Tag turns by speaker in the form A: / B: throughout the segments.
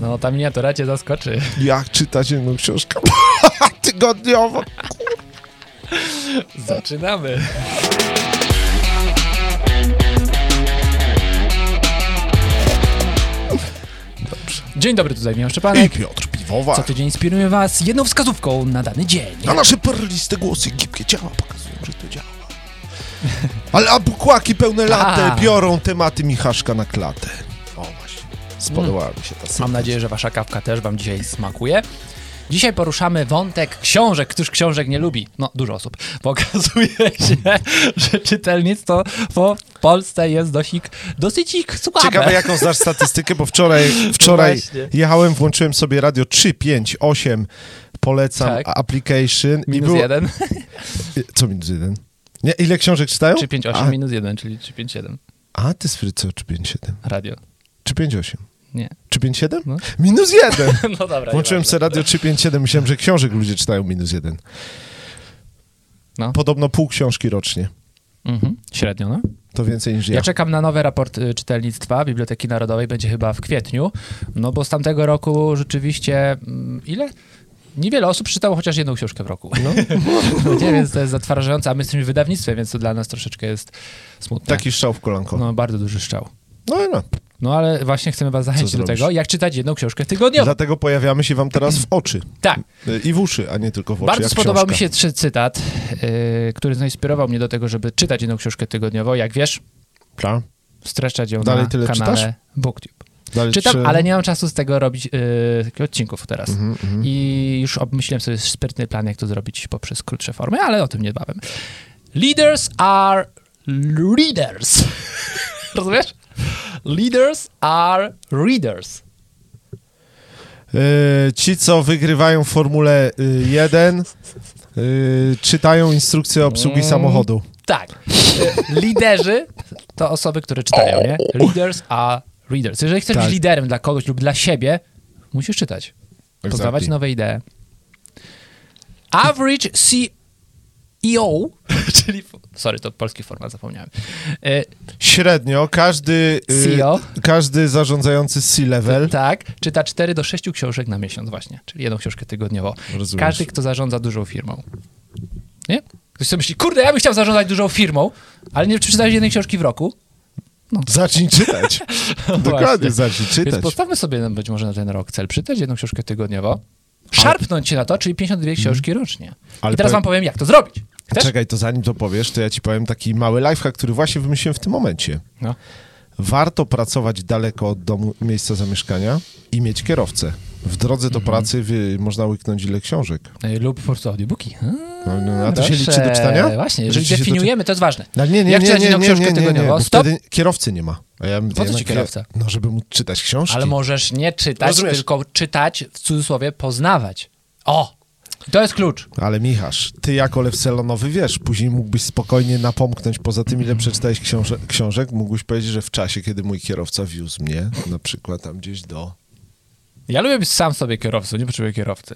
A: No, ta miniatura cię zaskoczy.
B: Jak czytać jedną książkę tygodniowo?
A: Zaczynamy. Dzień dobry, tutaj miał
B: I
A: Szczepanek.
B: Piotr
A: Co
B: Piwowar.
A: tydzień inspirujemy was jedną wskazówką na dany dzień.
B: A nasze perliste głosy i gibkie ciała pokazują, że to działa. Ale abukłaki pełne
A: Tak.
B: latę biorą tematy Michaszka na klatę. O właśnie, spodobała mi się ta sama.
A: Hmm. Mam nadzieję, że wasza kawka też wam dzisiaj smakuje. Dzisiaj poruszamy wątek książek. Któż książek nie lubi? No, dużo osób. Bo okazuje się, że czytelnictwo w Polsce jest dosik, dosyć ich słabe.
B: Ciekawe, jaką znasz statystykę, bo wczoraj, wczoraj
A: No Właśnie.
B: jechałem, włączyłem sobie radio 358, polecam
A: Tak.
B: application.
A: Minus
B: było-
A: jeden.
B: Co minus jeden? Nie, ile książek czytają?
A: 358
B: A-
A: minus jeden, czyli 357.
B: A, ty z Fryco, 357.
A: Radio.
B: 358.
A: Nie.
B: 357?
A: No.
B: Minus jeden!
A: No dobra.
B: Włączyłem
A: nieważne.
B: sobie radio 357, myślałem, że książek ludzie czytają minus jeden.
A: No.
B: Podobno pół książki rocznie.
A: Mhm. Średnio, no.
B: To więcej niż ja.
A: Ja czekam na nowy raport y, czytelnictwa Biblioteki Narodowej, będzie chyba w kwietniu, no bo z tamtego roku rzeczywiście, mm, ile? Niewiele osób czytało chociaż jedną książkę w roku. No. nie, więc to jest zatwarzające, a my jesteśmy wydawnictwem, więc to dla nas troszeczkę jest smutne.
B: Taki strzał w kolanko. No,
A: No, bardzo duży szczał.
B: no. i no.
A: No, ale właśnie chcemy was zachęcić do
B: zrobisz?
A: tego, jak czytać jedną książkę tygodniowo.
B: Dlatego pojawiamy się wam teraz w oczy.
A: Tak.
B: Y, I w uszy, a nie tylko w oczy.
A: Bardzo
B: jak
A: spodobał
B: książka.
A: mi się trzy cytat, y, który zainspirował mnie do tego, żeby czytać jedną książkę tygodniowo. Jak wiesz,
B: Ta.
A: streszczać ją
B: Dalej
A: na
B: tyle
A: kanale
B: czytasz?
A: BookTube.
B: Dalej
A: Czytam,
B: trzy-
A: ale nie mam czasu z tego robić yy, takich odcinków teraz.
B: Mhm, mhm.
A: I już obmyśliłem sobie sprytny plan, jak to zrobić poprzez krótsze formy, ale o tym niebawem. Leaders are readers. Rozumiesz? Leaders are readers.
B: Y, ci, co wygrywają Formułę 1, y, czytają instrukcję obsługi
A: Mm.
B: samochodu.
A: Tak. Y, Liderzy to osoby, które czytają, nie? Leaders are readers. Jeżeli chcesz
B: Tak.
A: być liderem dla kogoś lub dla siebie, musisz czytać. poznawać
B: Exactly.
A: nowe idee. Average CEO, czyli, sorry, to polski format, zapomniałem. E,
B: Średnio każdy, y,
A: CEO,
B: każdy zarządzający C-level,
A: tak, czyta 4 do 6 książek na miesiąc właśnie, czyli jedną książkę tygodniowo.
B: Rozumiesz.
A: Każdy, kto zarządza dużą firmą. Nie? Ktoś sobie myśli, kurde, ja bym chciał zarządzać dużą firmą, ale nie przeczytałeś jednej książki w roku,
B: zacznij czytać.
A: Właśnie.
B: Dokładnie, zacznij
A: więc
B: czytać.
A: postawmy sobie no, być może na ten rok cel, przeczytać jedną książkę tygodniowo, szarpnąć się na to, czyli 52 książki rocznie.
B: Mhm. Ale
A: I teraz wam
B: powiem-
A: powiem, jak to zrobić. Chcesz?
B: Czekaj, to zanim to powiesz, to ja ci powiem taki mały lifehack, który właśnie wymyśliłem w tym momencie.
A: No.
B: Warto pracować daleko od domu, miejsca zamieszkania i mieć kierowcę. W drodze do
A: Mhm.
B: pracy wy, można łyknąć ile książek.
A: Y, Lub po prostu audiobooki. Hmm,
B: No, no, a to się
A: proszę.
B: liczy do czytania?
A: Właśnie,
B: Liczy
A: jeżeli
B: się do
A: definiujemy, to jest ważne.
B: No, nie, nie,
A: Jak
B: nie,
A: czytać
B: nie,
A: jedną
B: nie,
A: książkę
B: nie, nie, nie,
A: tygodniowo?
B: bo
A: Stop.
B: wtedy kierowcy nie ma. A ja bym
A: Po co ci
B: jednak-
A: kierowca?
B: No, żeby móc czytać książki.
A: Ale możesz nie czytać,
B: Rozumiesz.
A: tylko czytać, w cudzysłowie, poznawać. O! To jest klucz.
B: Ale Michasz, ty jako lew selonowy wiesz, później mógłbyś spokojnie napomknąć, poza tym ile przeczytałeś książe- książek, mógłbyś powiedzieć, że w czasie, kiedy mój kierowca wiózł mnie, na przykład tam gdzieś do...
A: Ja lubię być sam sobie kierowcą, nie potrzebuję kierowcy.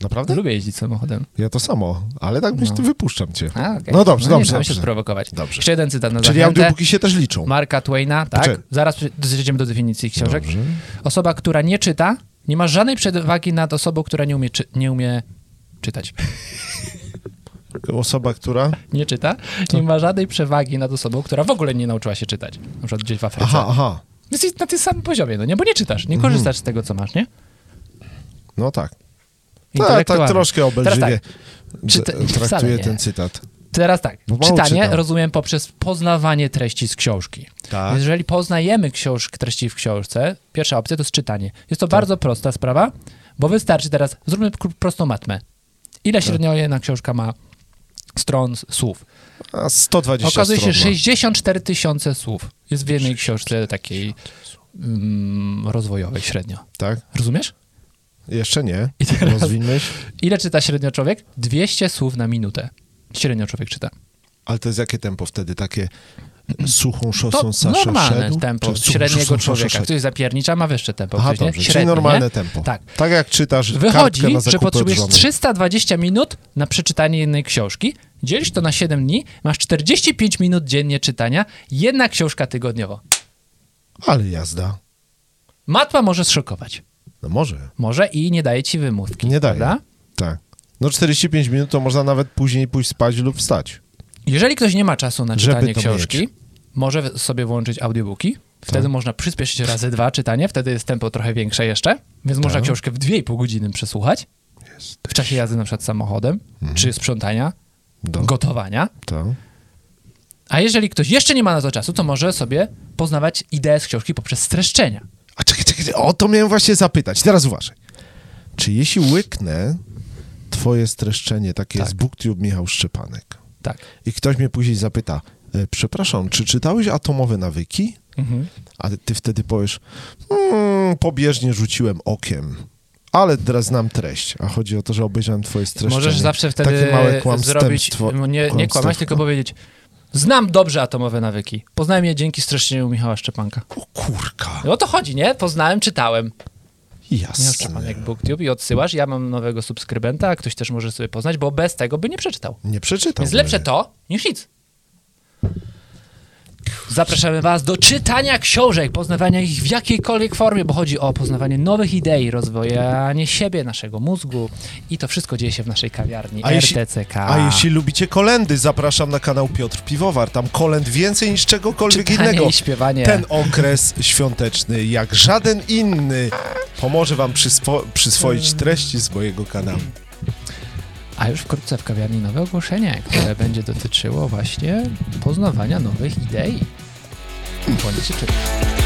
B: Naprawdę?
A: Lubię jeździć samochodem.
B: Ja to samo, ale tak myślę, wypuszczam cię.
A: No. A, okej.
B: No dobrze,
A: nie
B: dobrze.
A: dam się
B: dobrze.
A: sprowokować.
B: Dobrze.
A: Jeszcze jeden cytat na
B: Czyli
A: zachętę.
B: audiobooki się też liczą.
A: Marka Twaina, tak?
B: Poczekaj.
A: Zaraz przy- przejdziemy do definicji książek.
B: Dobrze.
A: Osoba, która nie czyta, nie ma żadnej przewagi nad osobą, która nie umie, czy- nie umie czytać.
B: Osoba, która...
A: nie czyta,
B: Tak.
A: nie ma żadnej przewagi nad osobą, która w ogóle nie nauczyła się czytać. Na przykład gdzieś w Afryce.
B: Aha, Mhm. aha.
A: Jesteś na tym samym poziomie, no nie? Bo nie czytasz, nie korzystasz z tego, co masz, nie?
B: No tak. Tak,
A: Intelektualnie.
B: tak troszkę obelżywie
A: Teraz Czy te-
B: d-
A: wcale
B: traktuję
A: nie.
B: ten cytat.
A: Teraz tak,
B: Bo No, mało
A: czytanie
B: czytam.
A: rozumiem poprzez poznawanie treści z książki.
B: Tak.
A: Jeżeli poznajemy książ- treści w książce, pierwsza opcja to jest czytanie. Jest
B: Tak.
A: to bardzo prosta sprawa, bo wystarczy teraz, zróbmy kró- prostą matmę. Ile
B: Tak.
A: średnio jedna książka ma stron s- słów?
B: A 120
A: Okazuje się,
B: stron
A: że
B: ma.
A: 64 tysiące słów jest w jednej książce takiej mm, rozwojowej średnio.
B: Tak?
A: Rozumiesz?
B: Jeszcze nie.
A: I teraz-
B: Rozwinąłeś.
A: Ile czyta średnio człowiek? 200 słów na minutę. Średnio człowiek czyta.
B: Ale to jest jakie tempo wtedy? Takie suchą szosą
A: To
B: Sasza
A: normalne
B: szedł?
A: tempo
B: Czy suchą
A: średniego
B: szosą
A: człowieka.
B: szedł?
A: Ktoś zapiernicza ma wyższe tempo.
B: Aha,
A: ktoś nie?
B: dobrze, czyli
A: Średnie,
B: normalne
A: nie?
B: tempo.
A: Tak.
B: tak jak czytasz kartkę
A: Wychodzi,
B: na
A: że
B: zakupy
A: potrzebujesz
B: od żony.
A: 320 minut na przeczytanie jednej książki, dzielisz to na 7 dni, masz 45 minut dziennie czytania, jedna książka tygodniowo.
B: Ale jazda.
A: Matma może zszokować.
B: No może,
A: Może i nie daje ci wymówki.
B: Nie daje.
A: Prawda?
B: tak. No 45 minut to można nawet później pójść spać lub wstać.
A: Jeżeli ktoś nie ma czasu na
B: Żeby
A: czytanie
B: to
A: książki,
B: mieć.
A: może w- sobie włączyć audiobooki. Wtedy
B: Tak.
A: można przyspieszyć razy dwa czytanie, wtedy jest tempo trochę większe jeszcze, więc można
B: Tak.
A: książkę w 2,5 godziny przesłuchać. W czasie jazdy na przykład samochodem, czy sprzątania,
B: Mhm. Do,
A: gotowania.
B: to.
A: A jeżeli ktoś jeszcze nie ma na to czasu, to może sobie poznawać ideę z książki poprzez streszczenia.
B: A czekaj, czekaj, czekaj, o to miałem właśnie zapytać. Teraz uważaj. Czy jeśli łyknę twoje streszczenie, takie
A: Tak.
B: z Booktube Michał Szczepanek,
A: Tak.
B: i ktoś mnie później zapyta, e, przepraszam, czy czytałeś Atomowe Nawyki?
A: Mhm.
B: A ty wtedy powiesz, mmm, pobieżnie rzuciłem okiem, ale teraz znam treść. A chodzi o to, że obejrzałem twoje streszczenie.
A: Możesz zawsze wtedy
B: Takie małe No.
A: zrobić,
B: kłamstewstwo.
A: nie, nie kłamać, tylko powiedzieć, znam dobrze atomowe nawyki. Poznałem je dzięki streszczeniu Michała Szczepanka.
B: O kurka,
A: No o to chodzi, nie? Poznałem, czytałem. Michał
B: jasne.
A: Szczepanek Booktube i odsyłasz. Ja mam nowego subskrybenta, a ktoś też może sobie poznać, bo bez tego by nie przeczytał.
B: Nie przeczytam.
A: Więc lepsze to niż nic. Zapraszamy Was do czytania książek, poznawania ich w jakiejkolwiek formie, bo chodzi o poznawanie nowych idei, rozwojanie siebie, naszego mózgu i to wszystko dzieje się w naszej kawiarni
B: A jeśli-
A: RTCK.
B: A jeśli lubicie kolendy, zapraszam na kanał Piotr Piwowar. Tam kolęd więcej niż czegokolwiek
A: Czytanie
B: innego.
A: i śpiewanie.
B: Ten okres świąteczny, jak żaden inny, pomoże wam przyswo- przyswoić treści z mojego kanału.
A: A już wkrótce w kawiarni nowe ogłoszenie, które będzie dotyczyło właśnie poznawania nowych idei. Bądźcie czujni.